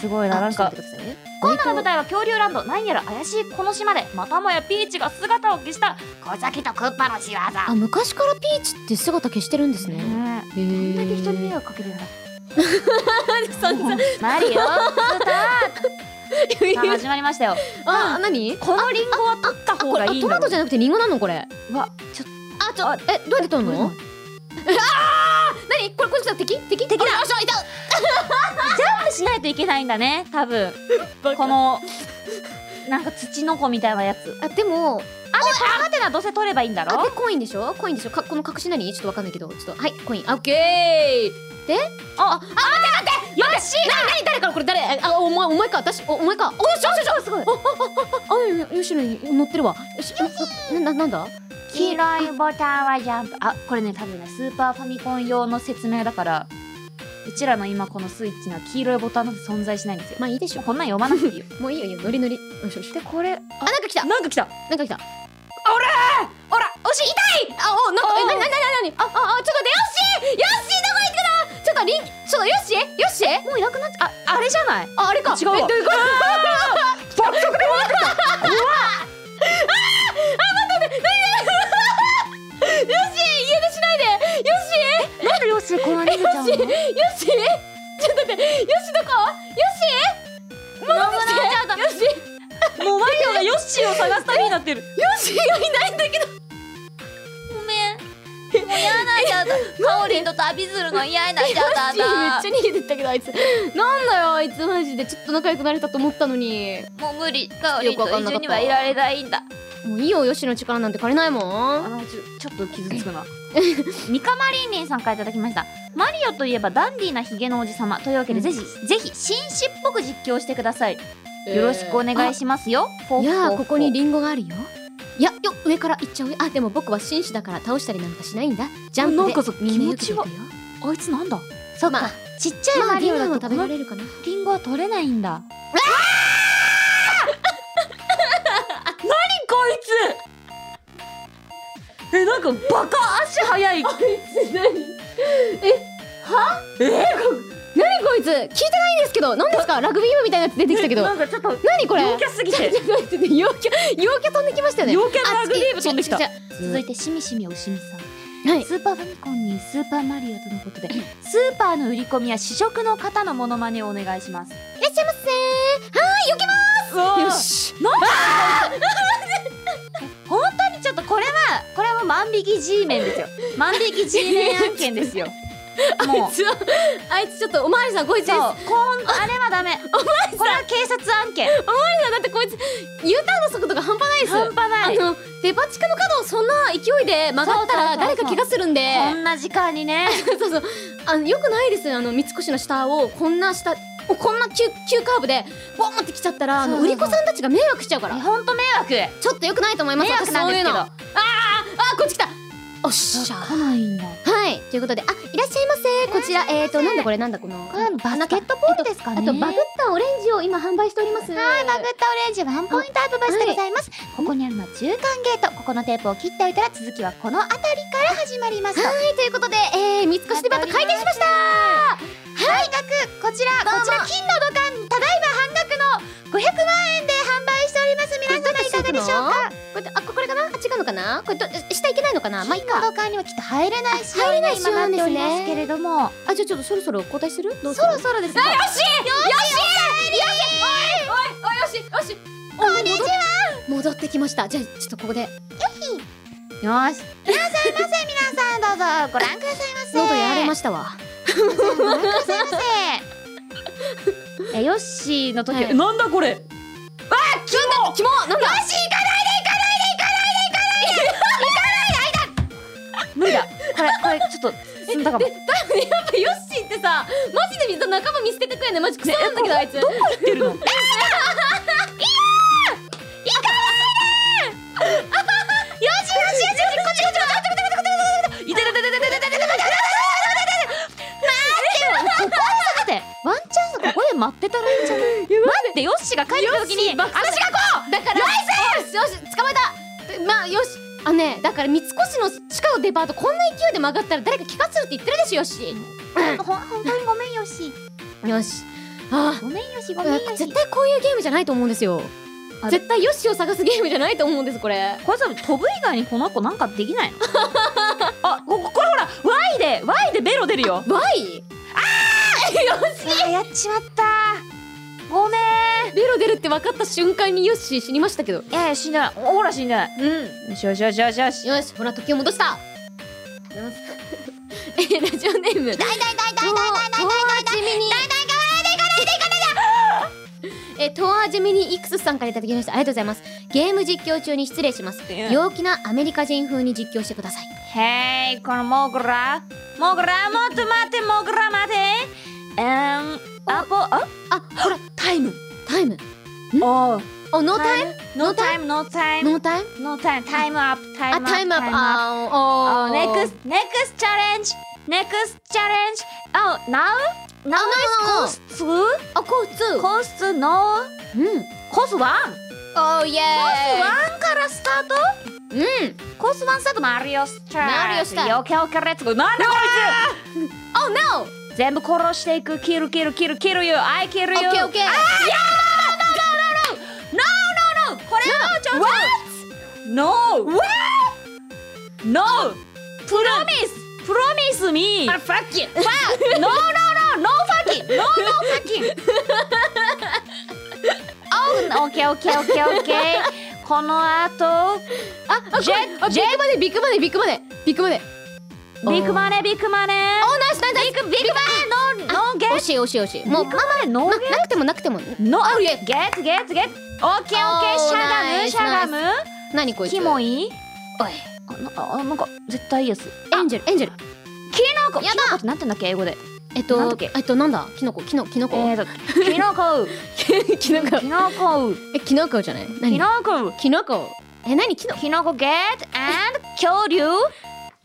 [SPEAKER 2] すごいな
[SPEAKER 1] あ
[SPEAKER 2] なんか
[SPEAKER 1] ちょっと待ってくださいね
[SPEAKER 2] 今度の舞台は恐竜ランド何やら怪しいこの島でまたもやピーチが姿を消した小崎とクッパの仕業
[SPEAKER 1] あ、昔からピーチって姿消してるんですね。へ
[SPEAKER 2] ねえこんだけ人に迷
[SPEAKER 1] え。
[SPEAKER 2] 惑かけて んだ
[SPEAKER 1] そんな
[SPEAKER 2] マ リオスタートさあ始まりましたよ
[SPEAKER 1] あ、なに
[SPEAKER 2] このリンゴは取った方
[SPEAKER 1] これ、
[SPEAKER 2] が
[SPEAKER 1] あ
[SPEAKER 2] いい
[SPEAKER 1] トマトじゃなくてリンゴなのこれ。
[SPEAKER 2] ゃわちょっ
[SPEAKER 1] あ、ちょ、え、どうやって取るのあーなにこれ、これ、敵敵敵だあ、よいしょ、いた
[SPEAKER 2] としないといけないんだね多分このなんか土の子みたいなやつ
[SPEAKER 1] あ、でも、
[SPEAKER 2] ハテナどうせ取ればいいんだ
[SPEAKER 1] あ
[SPEAKER 2] ろ
[SPEAKER 1] でコインでしょコインでしょかこの隠し何ちょっとわかんないけどちょっとはいコインあオッケーでああ待って待ってよしな何誰からこれ誰えあお前お前か私おお前かおよしよしよしすごいあああよしのに乗ってるわよしあなななんだ
[SPEAKER 2] 黄色いボタンはジャンプあこれね多分ねスーパーファミコン用の説明だからうちらの今このスイッチの黄色いボタンなんて存在しないんですよ
[SPEAKER 1] まあいいでしょ
[SPEAKER 2] こんなん読まなくていいよ
[SPEAKER 1] もういいよいいよノリノリよしよし
[SPEAKER 2] でこれあ
[SPEAKER 1] あなんか来た
[SPEAKER 5] なんか来た
[SPEAKER 1] なんか来たおらーおらおし痛いあおなんかえなになになになにあああちょっと待ってよしよしどこ行ってたちょっとリンちょっとよしよし
[SPEAKER 2] もういなくなっちゃ ああれじゃない
[SPEAKER 1] ああれか
[SPEAKER 2] 違うわ
[SPEAKER 1] えどういうこと
[SPEAKER 2] なん でよしこのリンちゃ んの野村
[SPEAKER 1] よしちょっと待ってよしどこ
[SPEAKER 2] ちゃんだ
[SPEAKER 1] よしよ
[SPEAKER 5] もうマリオがヨッシーを探す旅になってる
[SPEAKER 1] しがいないんだけど
[SPEAKER 2] ごめんもう嫌になっちゃったカオリンと旅するの嫌になっちゃったんだ
[SPEAKER 1] めっちゃ逃げてったけどあいつなんだよあいつマジでちょっと仲良くなれたと思ったのに
[SPEAKER 2] もう無理カオリンと一緒にはいられないんだ
[SPEAKER 1] もういいよよしの力なんて借りないも
[SPEAKER 5] あ
[SPEAKER 1] ん
[SPEAKER 5] のちょちょっと傷つく な
[SPEAKER 2] ミカマリンリンさんからいただきましたマリオといえばダンディーなヒゲのおじさまというわけでぜひ、ぜひ紳士っぽく実況してくださいよろしくお願いしますよ、ほう
[SPEAKER 1] い
[SPEAKER 2] ほ
[SPEAKER 1] や
[SPEAKER 2] うほ
[SPEAKER 1] あ
[SPEAKER 2] う
[SPEAKER 1] ここにリンゴがあるよいやよ上から行っちゃうよあでも僕は紳士だから倒したりなんかしないんだジャンプで
[SPEAKER 5] なんかさ
[SPEAKER 1] みんなよくできるよ
[SPEAKER 5] 気あいつなんだ
[SPEAKER 2] そっか、
[SPEAKER 1] まあ
[SPEAKER 2] ちっちゃい
[SPEAKER 1] ま
[SPEAKER 2] マ
[SPEAKER 1] あリ
[SPEAKER 2] リ
[SPEAKER 1] ン
[SPEAKER 2] オ
[SPEAKER 1] ゴ
[SPEAKER 2] だ
[SPEAKER 1] は
[SPEAKER 2] と
[SPEAKER 1] 食べ
[SPEAKER 2] この
[SPEAKER 1] られるかな
[SPEAKER 2] リンゴは取れないんだ
[SPEAKER 5] こいつえなんかバカ足速い
[SPEAKER 1] 何こいつ聞いてないんですけど何ですかラグビー部みたいなやつ出てきたけど
[SPEAKER 5] なんかちょっと
[SPEAKER 1] 何これ
[SPEAKER 5] 陽キャすぎて
[SPEAKER 1] ちょっと 待って陽キャ陽キャ飛んできましたよね
[SPEAKER 5] 陽キャのラグビー部飛んできた
[SPEAKER 1] あ違う違う違う
[SPEAKER 2] 続いてしみしみおしみさん
[SPEAKER 1] はい
[SPEAKER 2] スーパーファミコンにスーパーマリオとのことでスーパーの売り込みや試食の方のモノマネをお願いします
[SPEAKER 1] いらっしゃい
[SPEAKER 5] う
[SPEAKER 1] ま
[SPEAKER 5] わ
[SPEAKER 1] せ
[SPEAKER 5] ー
[SPEAKER 1] よし
[SPEAKER 2] 本当にちょっとこれはこれはもう万引き G メンですよ万引き G メン案件ですよもう
[SPEAKER 1] つはあ いつちょっとおまわりさんこいつです
[SPEAKER 2] そう
[SPEAKER 1] お
[SPEAKER 2] こ
[SPEAKER 1] まわ
[SPEAKER 2] んあれはダメこれは警察案件
[SPEAKER 1] りさんだってこいつ U ターンの速度が半端ないです
[SPEAKER 2] 半端ない
[SPEAKER 1] あのデパ地下の角をそんな勢いで曲がったら
[SPEAKER 2] そうそうそうそ
[SPEAKER 1] 誰
[SPEAKER 2] う
[SPEAKER 1] か怪我するんで
[SPEAKER 2] こ んな時間にね
[SPEAKER 1] そうそうあのよくないですよあの三越の下をこんな下おこんな急急カーブでボンって来ちゃったらあの
[SPEAKER 2] そう
[SPEAKER 1] 売り
[SPEAKER 2] そうそう
[SPEAKER 1] 子さんたちが迷惑しちゃうから
[SPEAKER 2] 本当迷惑迷
[SPEAKER 1] ちょっとよくないと思います
[SPEAKER 2] 惑
[SPEAKER 1] 私
[SPEAKER 2] なん
[SPEAKER 1] そう
[SPEAKER 2] で
[SPEAKER 1] い
[SPEAKER 2] す
[SPEAKER 1] う
[SPEAKER 2] け
[SPEAKER 1] のあ
[SPEAKER 2] ど
[SPEAKER 1] こっち来たおっしゃ
[SPEAKER 2] 来ないんだ
[SPEAKER 1] はいということであいらっしゃいませこちらえっ、ー、となんだこれなんだこの
[SPEAKER 2] これバスケットボールですかね
[SPEAKER 1] あとバグったオレンジを今販売しておりますはい
[SPEAKER 2] バグったオレンジワンポイントアップバスでございます、ここにあるのは中間ゲートここのテープを切っておいたら続きはこの辺りから始まりますと
[SPEAKER 1] ということで、えー、三越デパート開店しました
[SPEAKER 2] はい額こちらこちら金の土管ただいま半額の500万円で販売しております皆様いかがでしょうか
[SPEAKER 1] これあこれかなあ違うのかなこれど下行けないのかなまあいい
[SPEAKER 2] 金
[SPEAKER 1] か
[SPEAKER 2] の土管にはきっと入れない仕
[SPEAKER 1] あ
[SPEAKER 2] 様
[SPEAKER 1] 入れ
[SPEAKER 2] に
[SPEAKER 1] ない仕
[SPEAKER 2] 今
[SPEAKER 1] 様
[SPEAKER 2] なっ
[SPEAKER 1] で
[SPEAKER 2] て
[SPEAKER 1] す
[SPEAKER 2] お
[SPEAKER 1] ね
[SPEAKER 2] りますけれども
[SPEAKER 1] あじゃあちょっとそろそろ交代するどうす
[SPEAKER 2] そ
[SPEAKER 1] る
[SPEAKER 2] ろそろですね
[SPEAKER 1] こんにちは戻ってきましたじゃあちょっとここで
[SPEAKER 2] よーし
[SPEAKER 4] さあどうぞご覧くださいませ
[SPEAKER 1] 喉やられましたわ
[SPEAKER 4] ご覧くださいませ
[SPEAKER 2] えヨッシーの時は、
[SPEAKER 1] は
[SPEAKER 5] えなんだこれ
[SPEAKER 1] キモなんだよし
[SPEAKER 2] 無理だこれこれちょっと済んだかも
[SPEAKER 1] やっぱヨッシーってさマジでみんな仲間見捨ててくれねマジクソなんだけどあいつどこ
[SPEAKER 5] 入ってるの
[SPEAKER 2] 待ってワンチャンスここで待ってたらいいんじゃない待ってヨッシーが帰ってきた時に私が
[SPEAKER 1] だからよしよし捕まえたでまあよしあのねだから三越の地下のデパートこんな勢いで曲がったら誰か気がするって言ってるでしょよし
[SPEAKER 2] ほん本当にごめんよし
[SPEAKER 1] よしあ
[SPEAKER 2] ごめんよしごめんよ
[SPEAKER 1] あ
[SPEAKER 2] し
[SPEAKER 1] 絶対こういうゲームじゃないと思うんですよ
[SPEAKER 2] あ
[SPEAKER 1] 絶対ヨッシーを探すゲームじゃないと思うんですこれ
[SPEAKER 2] これさ飛ぶ以外にこの子なんかできないの あこここれほら Y で Y でベロ出るよ
[SPEAKER 1] バイ
[SPEAKER 2] あやっちまったごめん
[SPEAKER 1] ベロ出るって分かった瞬間にヨッシー死にましたけど
[SPEAKER 2] いやいや死んでないほら死んでないうんよしよしよしよしよし
[SPEAKER 1] よしほら時を戻したえラジオネームえトアージェミニイクスさんからいただきましたありがとうございますゲーム実況中に失礼します陽気なアメリカ人風に実況してください
[SPEAKER 2] へいこのモグラモグラもっと待ってモグラ待てうーんアポあ
[SPEAKER 1] あほら
[SPEAKER 5] タイム
[SPEAKER 1] タイム
[SPEAKER 5] あ
[SPEAKER 1] あノータイム
[SPEAKER 2] ノータイムノータイム
[SPEAKER 1] ノータイム
[SPEAKER 2] ノータイムタイムアップタイム
[SPEAKER 1] あ
[SPEAKER 2] アップ
[SPEAKER 1] タイムアップあ
[SPEAKER 2] あ
[SPEAKER 1] ーお
[SPEAKER 2] ネ
[SPEAKER 1] ー
[SPEAKER 2] クスネクスチャレンジネクスチャレンジあ now now
[SPEAKER 1] あ
[SPEAKER 2] is cost
[SPEAKER 1] あこうつ
[SPEAKER 2] two cost no
[SPEAKER 1] うん
[SPEAKER 2] cost one
[SPEAKER 1] おーイエーイ
[SPEAKER 2] one からスタート
[SPEAKER 1] うん
[SPEAKER 2] コースワンスタートマリオスター
[SPEAKER 1] マリオスター
[SPEAKER 2] よけよけレッツゴーなんだこ
[SPEAKER 1] おー no
[SPEAKER 2] いつ全部殺していくキルキルキルキルよ I キルよ
[SPEAKER 1] OK OK
[SPEAKER 2] こ
[SPEAKER 1] いや
[SPEAKER 2] れはちょっと
[SPEAKER 5] No No
[SPEAKER 2] プロミス
[SPEAKER 5] Promise me
[SPEAKER 2] あ、ファッキンファノーノーノーノーファッキンノーノーファッキンオッケーオッケーオッケーオッケーこの後
[SPEAKER 1] ああこれ
[SPEAKER 2] ジェ
[SPEAKER 1] あビッグマネビッグマネビッグマネビッグマネ
[SPEAKER 2] ビッグマネービッグマネー
[SPEAKER 1] おナイスナイスナイスビッグビッグ
[SPEAKER 2] ノーノーゲ
[SPEAKER 1] マネ惜しい惜しい惜しいもう
[SPEAKER 2] ビッ
[SPEAKER 1] ま
[SPEAKER 2] グマネーノー
[SPEAKER 1] ななくてもなくても
[SPEAKER 2] ノ
[SPEAKER 1] あ
[SPEAKER 2] ー
[SPEAKER 1] い
[SPEAKER 2] ゲ
[SPEAKER 1] え
[SPEAKER 2] ッツゲッツゲッツゲッツオッケーオッケー
[SPEAKER 1] おー
[SPEAKER 2] しゃが
[SPEAKER 1] ナ
[SPEAKER 2] む
[SPEAKER 1] イス
[SPEAKER 2] しゃがむ
[SPEAKER 1] 何こいつ
[SPEAKER 2] キモい
[SPEAKER 1] おい
[SPEAKER 2] あなあなんか絶対イエス
[SPEAKER 1] エンジェルエンジェル
[SPEAKER 2] なんか
[SPEAKER 1] やだ
[SPEAKER 2] キノコってなんて言うんだっけ英語で
[SPEAKER 1] えっ
[SPEAKER 2] なんだ
[SPEAKER 1] と
[SPEAKER 2] っけ
[SPEAKER 1] えっとなんだキノコキノキノコ
[SPEAKER 2] えーとキノコ
[SPEAKER 1] キノコ
[SPEAKER 2] キノコ
[SPEAKER 1] えキノコじゃない
[SPEAKER 2] キ
[SPEAKER 1] 何
[SPEAKER 2] ノコ
[SPEAKER 1] キノコえ何キノ
[SPEAKER 2] キノコゲット and 恐竜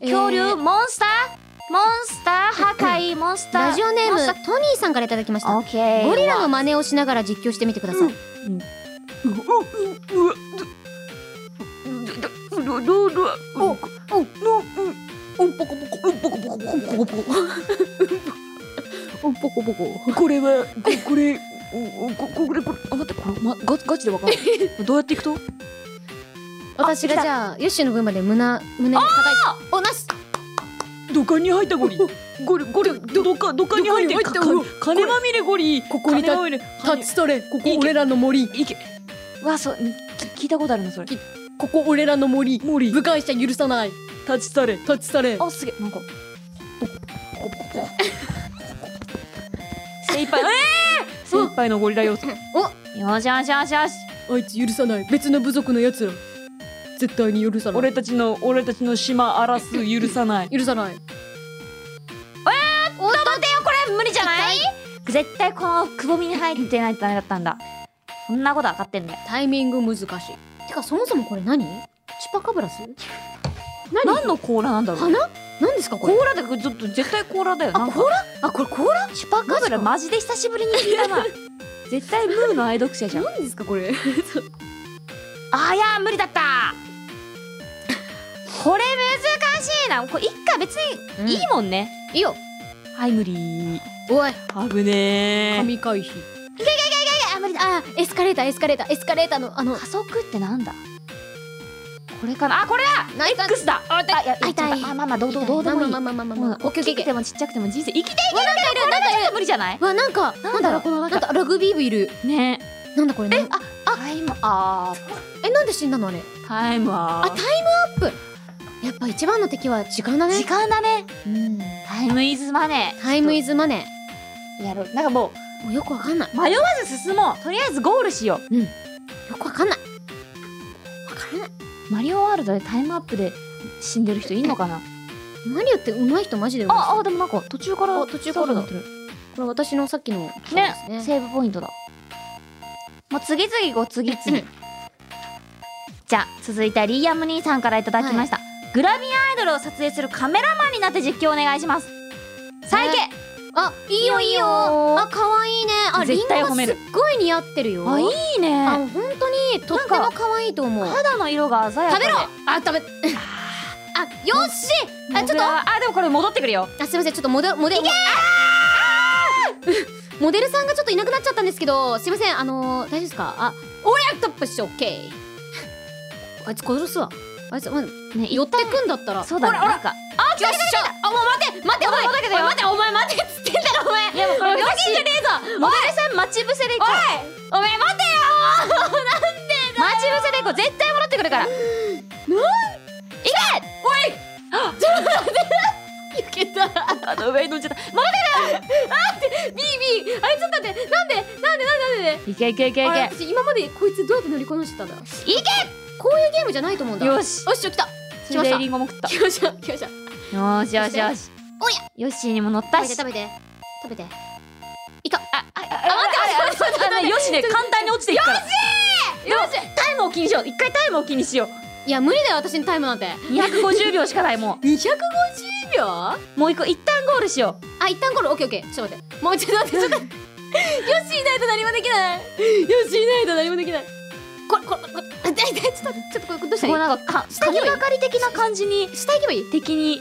[SPEAKER 2] 恐
[SPEAKER 1] え
[SPEAKER 2] 竜
[SPEAKER 1] ー
[SPEAKER 2] モンスターモンスター破壊モンスター
[SPEAKER 1] ラジオネー
[SPEAKER 2] モン
[SPEAKER 1] ム
[SPEAKER 2] ス
[SPEAKER 1] トニーさんからいただきまし
[SPEAKER 2] ター
[SPEAKER 1] た
[SPEAKER 2] オッケー
[SPEAKER 1] ゴリラの真似をしながら実況してみてください
[SPEAKER 5] うんぽこぽこうんぽこぽこうんぽこぽこうんぽこぽここれはここれうんここれこれあ待ってこれ、ま、ガガチでわかんないどうやっていくと
[SPEAKER 1] 私がじゃあヨッシーの分まで胸胸に叩いておなし
[SPEAKER 5] 土管に入ったゴリゴリゴリどどか土管に入って
[SPEAKER 1] 土管に入って
[SPEAKER 5] か金まみれゴリここ
[SPEAKER 1] に立
[SPEAKER 5] まみれ
[SPEAKER 1] タッチ取れこ
[SPEAKER 5] い
[SPEAKER 1] こ
[SPEAKER 5] け
[SPEAKER 1] 俺らの森
[SPEAKER 5] いけ
[SPEAKER 2] うわそうき聞いたことあるのそれ
[SPEAKER 1] きここ俺らの森
[SPEAKER 5] 森
[SPEAKER 1] 部外者許さない
[SPEAKER 5] 立ち去れ
[SPEAKER 1] 立ち去れ
[SPEAKER 2] あすげえなんか
[SPEAKER 5] 精一杯ええ精一杯のゴリラ要素
[SPEAKER 2] よしよしよしよし
[SPEAKER 1] あいつ許さない別の部族のやつら絶対に許さ
[SPEAKER 5] 俺たちの俺たちの島荒らす許さない
[SPEAKER 1] 許さない
[SPEAKER 2] おっと待てよこれ無理じゃない絶対このくぼみに入ってないとダメだったんだそんなこと分かってんだよ
[SPEAKER 1] タイミング難しいてかそもそもこれ何チュパカブラス何
[SPEAKER 5] 何の甲羅なんだろう
[SPEAKER 1] 花何ですかこ
[SPEAKER 5] 甲
[SPEAKER 1] れ
[SPEAKER 5] 羅だけどちょっと絶対甲羅だよなんか
[SPEAKER 2] あこれ甲羅チュパカブラマジで久しぶりに聞いた な絶対ムーの愛読者じゃん
[SPEAKER 1] 何ですかこれ
[SPEAKER 2] あーいやー無理だった これ難しいなこれいっか別
[SPEAKER 1] うん
[SPEAKER 2] にいいもんね、
[SPEAKER 1] いいよ
[SPEAKER 5] タイムリー
[SPEAKER 1] おい
[SPEAKER 5] 危ねえ
[SPEAKER 1] 神回避いけいけいけいけあ無理だあエスカレーターエスカレーターエスカレーターのあの
[SPEAKER 2] 加速ってなんだこれかなあこれだ
[SPEAKER 1] 何か
[SPEAKER 2] X だあいや
[SPEAKER 1] あ痛い
[SPEAKER 2] やっちゃったあまあまあどうどうどうでもいい
[SPEAKER 1] まあまあまあまあまあ
[SPEAKER 2] も
[SPEAKER 1] ま
[SPEAKER 2] う
[SPEAKER 1] あオ
[SPEAKER 2] 大
[SPEAKER 1] ッケーオッケーオッ
[SPEAKER 2] きく
[SPEAKER 1] ケ
[SPEAKER 2] て
[SPEAKER 1] ー
[SPEAKER 2] もちっちゃくても人生生きていけるこれだけじゃ無理じゃない
[SPEAKER 1] わなんかなんだろう
[SPEAKER 2] この
[SPEAKER 1] なん
[SPEAKER 2] 中
[SPEAKER 1] かラグビー部いる
[SPEAKER 2] ね
[SPEAKER 1] なんだこれねあ
[SPEAKER 2] タイムアップ
[SPEAKER 1] えなんで死んだのあれ
[SPEAKER 5] タイムは
[SPEAKER 1] あタイムアップやっぱ一番の敵は時間だね
[SPEAKER 2] 時間だね
[SPEAKER 1] うん
[SPEAKER 2] タイムイズマネー
[SPEAKER 1] タイムイ
[SPEAKER 2] ズ
[SPEAKER 1] ズマネ
[SPEAKER 2] やろうなんかも
[SPEAKER 1] ーもうよくわかんないう
[SPEAKER 2] 迷わず進もうとりあえずゴールしよ
[SPEAKER 1] よくわかんないわからないう
[SPEAKER 2] マリオワールドでタイムアップで死んでる人いんのかな
[SPEAKER 1] マリオって上手い人マジで上手い
[SPEAKER 2] ああでもなんか途中から
[SPEAKER 1] あ途中からだ
[SPEAKER 2] スタートになってる
[SPEAKER 1] これ私のさっきのそう
[SPEAKER 2] ね
[SPEAKER 1] ですね
[SPEAKER 2] セーブポイントだもう次々ご次々、
[SPEAKER 1] うん
[SPEAKER 2] じゃあ続いてリーアム兄さんからいただきました、グラビアアイドルを撮影するカメラマンになって実況お願いします再現、
[SPEAKER 1] あいいよいいよあ可愛いねあリン
[SPEAKER 2] 絶
[SPEAKER 1] ゴ
[SPEAKER 2] 対
[SPEAKER 1] が
[SPEAKER 2] 褒
[SPEAKER 1] す
[SPEAKER 2] める
[SPEAKER 1] っごい似合ってるよ
[SPEAKER 2] あいい
[SPEAKER 1] あ
[SPEAKER 2] ね
[SPEAKER 1] 本当にとっても可愛いと思う
[SPEAKER 2] 肌の色が鮮やか
[SPEAKER 1] 食
[SPEAKER 2] で
[SPEAKER 1] べろあ食べあよっし
[SPEAKER 2] モグラ
[SPEAKER 1] あちょっと
[SPEAKER 2] あでもこれ戻ってくるよ
[SPEAKER 1] あすいませんちょっとモデルモデルあーモデルさんがちょっといなくなっちゃったんですけどすいませんあのー、大丈夫ですかあ俺はトップしオッケー あいつ殺すわあいつ、まあ、
[SPEAKER 2] ね
[SPEAKER 1] 寄ってくんだったら
[SPEAKER 2] そうだね
[SPEAKER 1] ほら
[SPEAKER 2] なんか
[SPEAKER 1] あ来た来た来たあもう待って待ってお前待ってお前待ってっつってんだろお前
[SPEAKER 2] いやもうこれ
[SPEAKER 1] おい
[SPEAKER 2] よ
[SPEAKER 1] ふざけんじゃねえぞ
[SPEAKER 2] モデルさん待ち伏せでいこう
[SPEAKER 1] お前待て
[SPEAKER 2] 待ち伏せでいこう絶対戻ってくるから
[SPEAKER 1] よいけた
[SPEAKER 5] あの上に乗っちゃった
[SPEAKER 1] ビービーあれちょっと待ってなんでなんでなんでなんで
[SPEAKER 2] いけいけいけい
[SPEAKER 1] あれ
[SPEAKER 2] け
[SPEAKER 1] 私今までこいつどうやって乗りこなしてたんだいけこういうゲームじゃないと思うんだ
[SPEAKER 2] よし
[SPEAKER 1] よし来た
[SPEAKER 5] それでリンゴも食った
[SPEAKER 1] 来ました来ました
[SPEAKER 2] よーしよしよし
[SPEAKER 1] おや
[SPEAKER 2] ヨッシーにも乗っ
[SPEAKER 1] 食
[SPEAKER 2] た
[SPEAKER 1] べて
[SPEAKER 2] し
[SPEAKER 1] 食べて食べて
[SPEAKER 5] あ、待って、あの、よしね、簡単に落ちていくから。よしよしタイムを気にしよう。一回タイムを気にしよう。
[SPEAKER 1] いや無理だよ私のタイムなんて
[SPEAKER 5] 250秒しかない、も
[SPEAKER 1] 250秒あ
[SPEAKER 5] う。もう一個、一旦ゴールしよう。
[SPEAKER 1] 一旦ゴールオッケーオッケーちょっと待ってもうちょっと待って ちょっと待ってよしいないと何もできないよしいないと何もできないこれこれこれあ痛い痛いちょっと待ってちょっとこれこれどうした
[SPEAKER 2] こう
[SPEAKER 1] らい
[SPEAKER 2] なんかか
[SPEAKER 1] 下行け
[SPEAKER 2] 神
[SPEAKER 1] ばいい
[SPEAKER 2] がかり的な感じに
[SPEAKER 1] い下行けばいい
[SPEAKER 5] 敵に。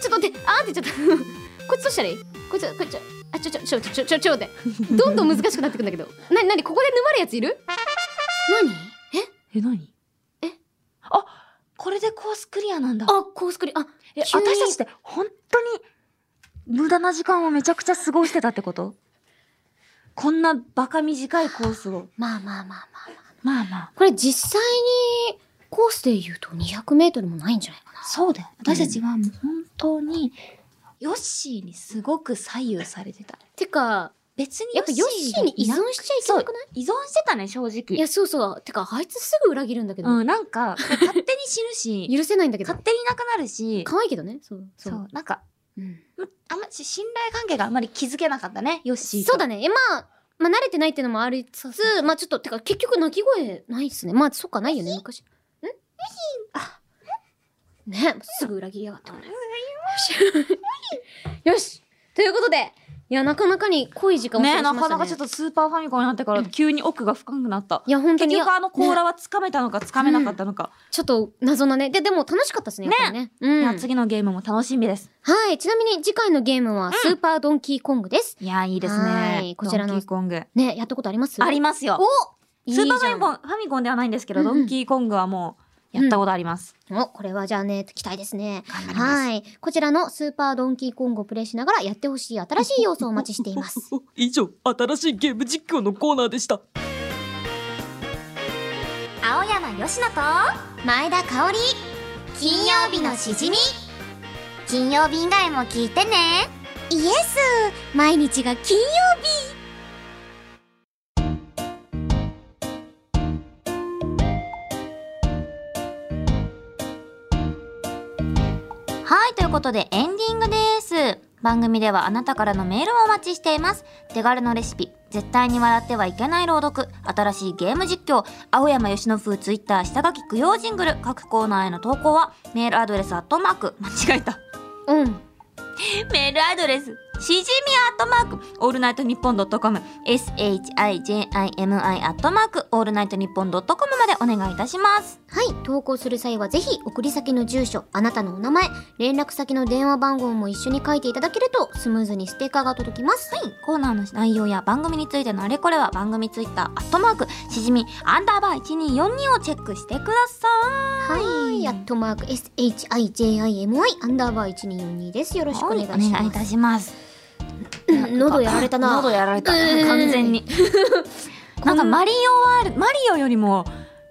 [SPEAKER 1] ちょっと待ってあーってちょっと こっちどうしたらいいこっちこっちあちょちょちょちょちょちょ待ってどんどん難しくなってくんだけど なになにここで沼るやついる何
[SPEAKER 5] え、何
[SPEAKER 1] え
[SPEAKER 5] あ、これでコースクリアなんだ。
[SPEAKER 1] あコースクリあ
[SPEAKER 5] え、
[SPEAKER 1] 急に
[SPEAKER 5] 私たちって、本当に、無駄な時間をめちゃくちゃ過ごしてたってことこんなバカ短いコースを。
[SPEAKER 1] まあまあまあまあ
[SPEAKER 5] まあまあ。
[SPEAKER 1] これ実際にコースで言うと200メートルもないんじゃないかな
[SPEAKER 2] そうだよ私たちはもう本当にヨッシーにすごく左右されてた
[SPEAKER 1] てか
[SPEAKER 2] 別に
[SPEAKER 1] やっぱヨッシーに依存しちゃいけなくない
[SPEAKER 2] 依存してたね正
[SPEAKER 1] い
[SPEAKER 2] 直
[SPEAKER 1] や、そうそう。てか、あいつすぐ裏切るんだけど。
[SPEAKER 2] うんなんか勝手に死ぬし
[SPEAKER 1] 許せないんだけど
[SPEAKER 2] 勝。手にいなくなるし
[SPEAKER 1] 可愛いけどね。そう。そ。
[SPEAKER 2] そううなんか
[SPEAKER 1] うん
[SPEAKER 2] あんまし信頼関係があんまり築けなかったねヨッシーと
[SPEAKER 1] そうだね。え、まあ、まあ、慣れてないっていうのもありつつ、まあ、ちょっと、てか、結局、鳴き声ないっすね。まあ、そっか、ないよね、昔。んあね、すぐ裏切りやがったからね。よし。よしということで、いや、なかなかに濃い時間を過ご
[SPEAKER 5] ね
[SPEAKER 1] しま
[SPEAKER 5] な
[SPEAKER 1] したね。
[SPEAKER 5] かなかちょっとスーパーファミコンになってから急に奥が深くなった。
[SPEAKER 1] いや、本当
[SPEAKER 5] 結
[SPEAKER 1] に、いや
[SPEAKER 5] 局あの甲羅はつかめたのかつかめなかったのか。
[SPEAKER 1] ちょっと謎なね。で、でも楽しかったですね、やっぱりね。
[SPEAKER 5] い
[SPEAKER 1] うん
[SPEAKER 5] や。次のゲームも楽しみです。
[SPEAKER 1] はい。ちなみに、次回のゲームは、スーパードンキーコングです。
[SPEAKER 5] いやいいです
[SPEAKER 1] はい
[SPEAKER 5] ね。
[SPEAKER 1] こちらの
[SPEAKER 5] ドンキーコング
[SPEAKER 1] ね、やったことあります
[SPEAKER 5] ありますよ。
[SPEAKER 1] お
[SPEAKER 5] スーパーファ
[SPEAKER 1] いいじゃ
[SPEAKER 5] ミ
[SPEAKER 1] ん
[SPEAKER 5] コンファミコンではないんですけど、
[SPEAKER 1] うんうん
[SPEAKER 5] ドンキーコングはもうやったことあります。
[SPEAKER 1] お、これはじゃあね、期待ですね。はい。こちらのスーパードンキーコングをプレイしながらやってほしい新しい要素をお待ちしています。
[SPEAKER 5] 以上新しいゲーム実況のコーナーでした。
[SPEAKER 4] 青山よしのと前田香織金曜日のしじみ金曜日以外も聞いてねイエス毎日が金曜
[SPEAKER 2] はい、ということでエンディングです。番組ではあなたからのメールをお待ちしています。手軽のレシピ、絶対に笑ってはいけない朗読、新しいゲーム実況、青山由伸風ツイッター下書き供養ジングル、各コーナーへの投稿は、メールアドレスアットマーク、間違えた。
[SPEAKER 1] うん。
[SPEAKER 2] メールアドレス、しじみアットマーク、オールナイトニッポンドットコム、shijimi アットマーク、オールナイトニッポンドットコムまでお願いいたします。
[SPEAKER 1] はい。投稿する際はぜひ、送り先の住所、あなたのお名前、連絡先の電話番号も一緒に書いていただけると、スムーズにステッカーが届きます。はい。
[SPEAKER 2] コーナーの内容や番組についてのあれこれは番組ツイッター、アットマーク、しじみ、アンダーバー1242をチェックしてください。
[SPEAKER 1] はい。アットマーク SHIJIMI アンダーバー1242です。よろしくお願いします。
[SPEAKER 2] お願いいたします。
[SPEAKER 1] うん喉やられたな。
[SPEAKER 2] 喉やられた。
[SPEAKER 1] うん
[SPEAKER 2] 完 全に。なんかマリオワールド、
[SPEAKER 5] マリオよりも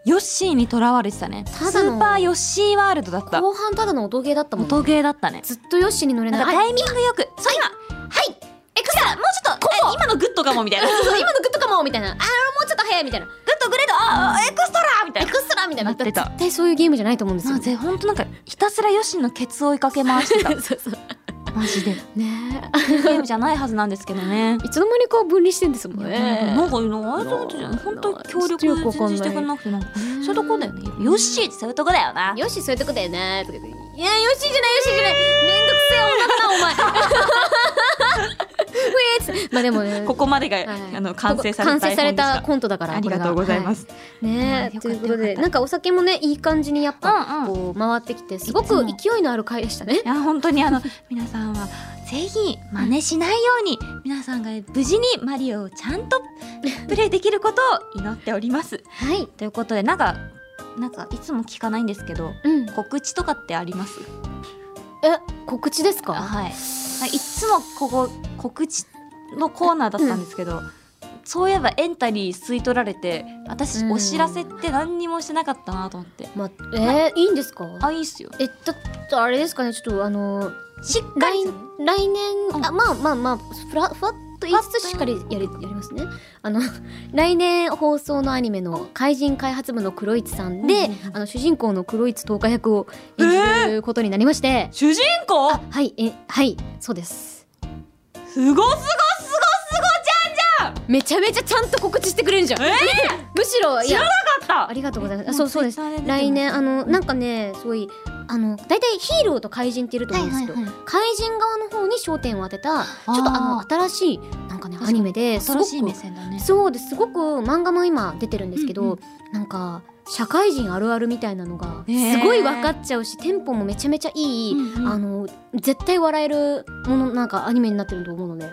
[SPEAKER 5] ヨッシーにとらわれてたね。
[SPEAKER 1] た
[SPEAKER 5] ス
[SPEAKER 1] だの
[SPEAKER 5] ーパーヨッシーワールドだった。
[SPEAKER 1] 後半ただの音ゲーだったもんね。
[SPEAKER 5] 音ゲーだったね。
[SPEAKER 1] ずっとヨッシーに乗れな
[SPEAKER 5] なん
[SPEAKER 1] い。
[SPEAKER 5] か
[SPEAKER 1] あ
[SPEAKER 5] タイミングよく、そう今、
[SPEAKER 1] はい
[SPEAKER 5] え、くさ、もうちょっと、え今のグッドかもみたいな。グッ
[SPEAKER 1] そう今のグッドかもみたいな。あーもうちょっと早いみたいな。
[SPEAKER 5] ドグレード、あ、 エクストラみたい
[SPEAKER 1] エ
[SPEAKER 5] な。
[SPEAKER 1] クストラみたいな。
[SPEAKER 5] なってた
[SPEAKER 1] 絶対そういうゲームじゃないと思うんですよ
[SPEAKER 5] な。ぜ、ほんとなんか、ひたすらヨッシーのケツを追いかけ回してた。
[SPEAKER 1] そうそう。
[SPEAKER 5] マジで。
[SPEAKER 1] ね
[SPEAKER 5] ゲームじゃないはずなんですけどね。
[SPEAKER 1] え。いつの間にか分離してんですもんね。
[SPEAKER 5] なんかいいなあれそういうことじゃない本当協力全然してくれなくてなんかそういうとこだよねヨッシーってそういうとこだよな
[SPEAKER 1] よし、そういうとこだよね。とか言っていや、よしじゃない、よしじゃない。めんどくせえ女だな、お前。ふえーっつ まあでもね。
[SPEAKER 5] ここまでが
[SPEAKER 1] はい
[SPEAKER 5] あの完成され
[SPEAKER 1] 完
[SPEAKER 5] た
[SPEAKER 1] 成
[SPEAKER 5] 絵
[SPEAKER 1] され
[SPEAKER 5] 本でした
[SPEAKER 1] コントだから、
[SPEAKER 5] ありがとうございますす
[SPEAKER 1] はいね
[SPEAKER 5] うん
[SPEAKER 1] え
[SPEAKER 5] よかった
[SPEAKER 1] ということ
[SPEAKER 5] よかっ
[SPEAKER 1] で
[SPEAKER 5] た
[SPEAKER 1] なんかお酒もねいい感じにやっぱ
[SPEAKER 5] うんうん
[SPEAKER 1] こう回ってきてすごく
[SPEAKER 5] い
[SPEAKER 1] 勢いのある回でしたね
[SPEAKER 5] いや本当にあの皆さんはぜひ真似しないように皆さんが無事にマリオをちゃんとプレイできることを祈っております
[SPEAKER 1] はい
[SPEAKER 5] ということでなんかなんかいつも聞かないんですけど
[SPEAKER 1] うん
[SPEAKER 5] 告知とかってあります
[SPEAKER 1] え告知ですか
[SPEAKER 5] あはいあいつもここ告知のコーナーだったんですけど、そういえばエンタリー吸い取られて私
[SPEAKER 1] うん
[SPEAKER 5] お知らせって何にもしてなかったなと思って、
[SPEAKER 1] まえー、いいんですか
[SPEAKER 5] あいいっすよ
[SPEAKER 1] えだってあれですかねちょっとあの
[SPEAKER 5] しっか
[SPEAKER 1] 来
[SPEAKER 5] り
[SPEAKER 1] 来年、
[SPEAKER 5] うん
[SPEAKER 1] あまあまあまあふらふわっと言いつつしっかりやりやりますねあの 来年放送のアニメの怪人開発部の黒市さんで、あの主人公の黒市東華役を演じることになりまして、
[SPEAKER 5] 主人公
[SPEAKER 1] あはいえはいそうです
[SPEAKER 5] すごすごすごすご
[SPEAKER 1] めちゃめちゃちゃんと告知してくれるじゃん、
[SPEAKER 5] え
[SPEAKER 1] むしろいや
[SPEAKER 5] じゃん
[SPEAKER 1] あ
[SPEAKER 5] あ
[SPEAKER 1] りがとうございますあそうそうです
[SPEAKER 5] す
[SPEAKER 1] 来年あのなんかねすごいあの大体ヒーローと怪人っていると思うんですけど、怪人側の方に焦点を当てたちょっとあの新しいなんかね
[SPEAKER 5] 確かに
[SPEAKER 1] アニメです
[SPEAKER 5] 新
[SPEAKER 1] ごく
[SPEAKER 5] しい目線だね
[SPEAKER 1] そうですすごく漫画も今出てるんですけど、
[SPEAKER 5] うんう
[SPEAKER 1] なんか社会人あるあるみたいなのが
[SPEAKER 5] へー
[SPEAKER 1] すごい分かっちゃうし、テンポもめちゃめちゃいい、
[SPEAKER 5] うんうん
[SPEAKER 1] あの絶対笑えるものなんかアニメになってると思うので。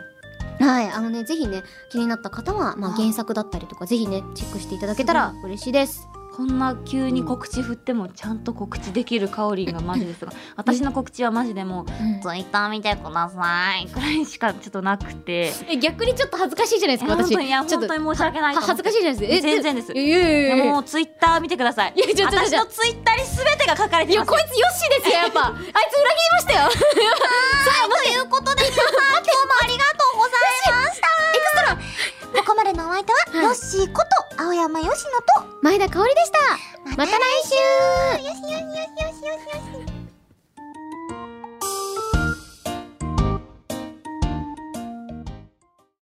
[SPEAKER 1] はい、あのね、ぜひね、気になった方は、まあ、
[SPEAKER 5] あ
[SPEAKER 1] 原作だったりとか、ぜひね、チェックしていただけたら嬉しいです。
[SPEAKER 5] こんな急に告知振ってもちゃんと告知できるかおりんがマジですが私の告知はマジでもう
[SPEAKER 1] うん
[SPEAKER 2] ツイッター見てください。
[SPEAKER 5] くらいしかちょっとなくて
[SPEAKER 1] え、逆にちょっと恥ずかしいじゃないですか、
[SPEAKER 5] いや本
[SPEAKER 1] 私。
[SPEAKER 5] 当にいや
[SPEAKER 1] ちょっ
[SPEAKER 5] 本
[SPEAKER 1] と
[SPEAKER 5] 当に申し訳ないと
[SPEAKER 1] は
[SPEAKER 5] 思
[SPEAKER 1] 恥ずかしいじゃないですか。え
[SPEAKER 5] 全然です
[SPEAKER 1] いやいやいやいや
[SPEAKER 5] でもツイッター見てください
[SPEAKER 1] いやちょちょちょ
[SPEAKER 5] 私のツイッターに全てが書かれ
[SPEAKER 1] い
[SPEAKER 5] てま
[SPEAKER 1] や
[SPEAKER 5] す
[SPEAKER 1] こいつヨッシーですよやっぱあいつ裏切りましたよさあということで皆さん今日もありがとうございましたエクストラしいこと青山よしのと
[SPEAKER 2] 前田香織でしたまた来週
[SPEAKER 1] よしよしよし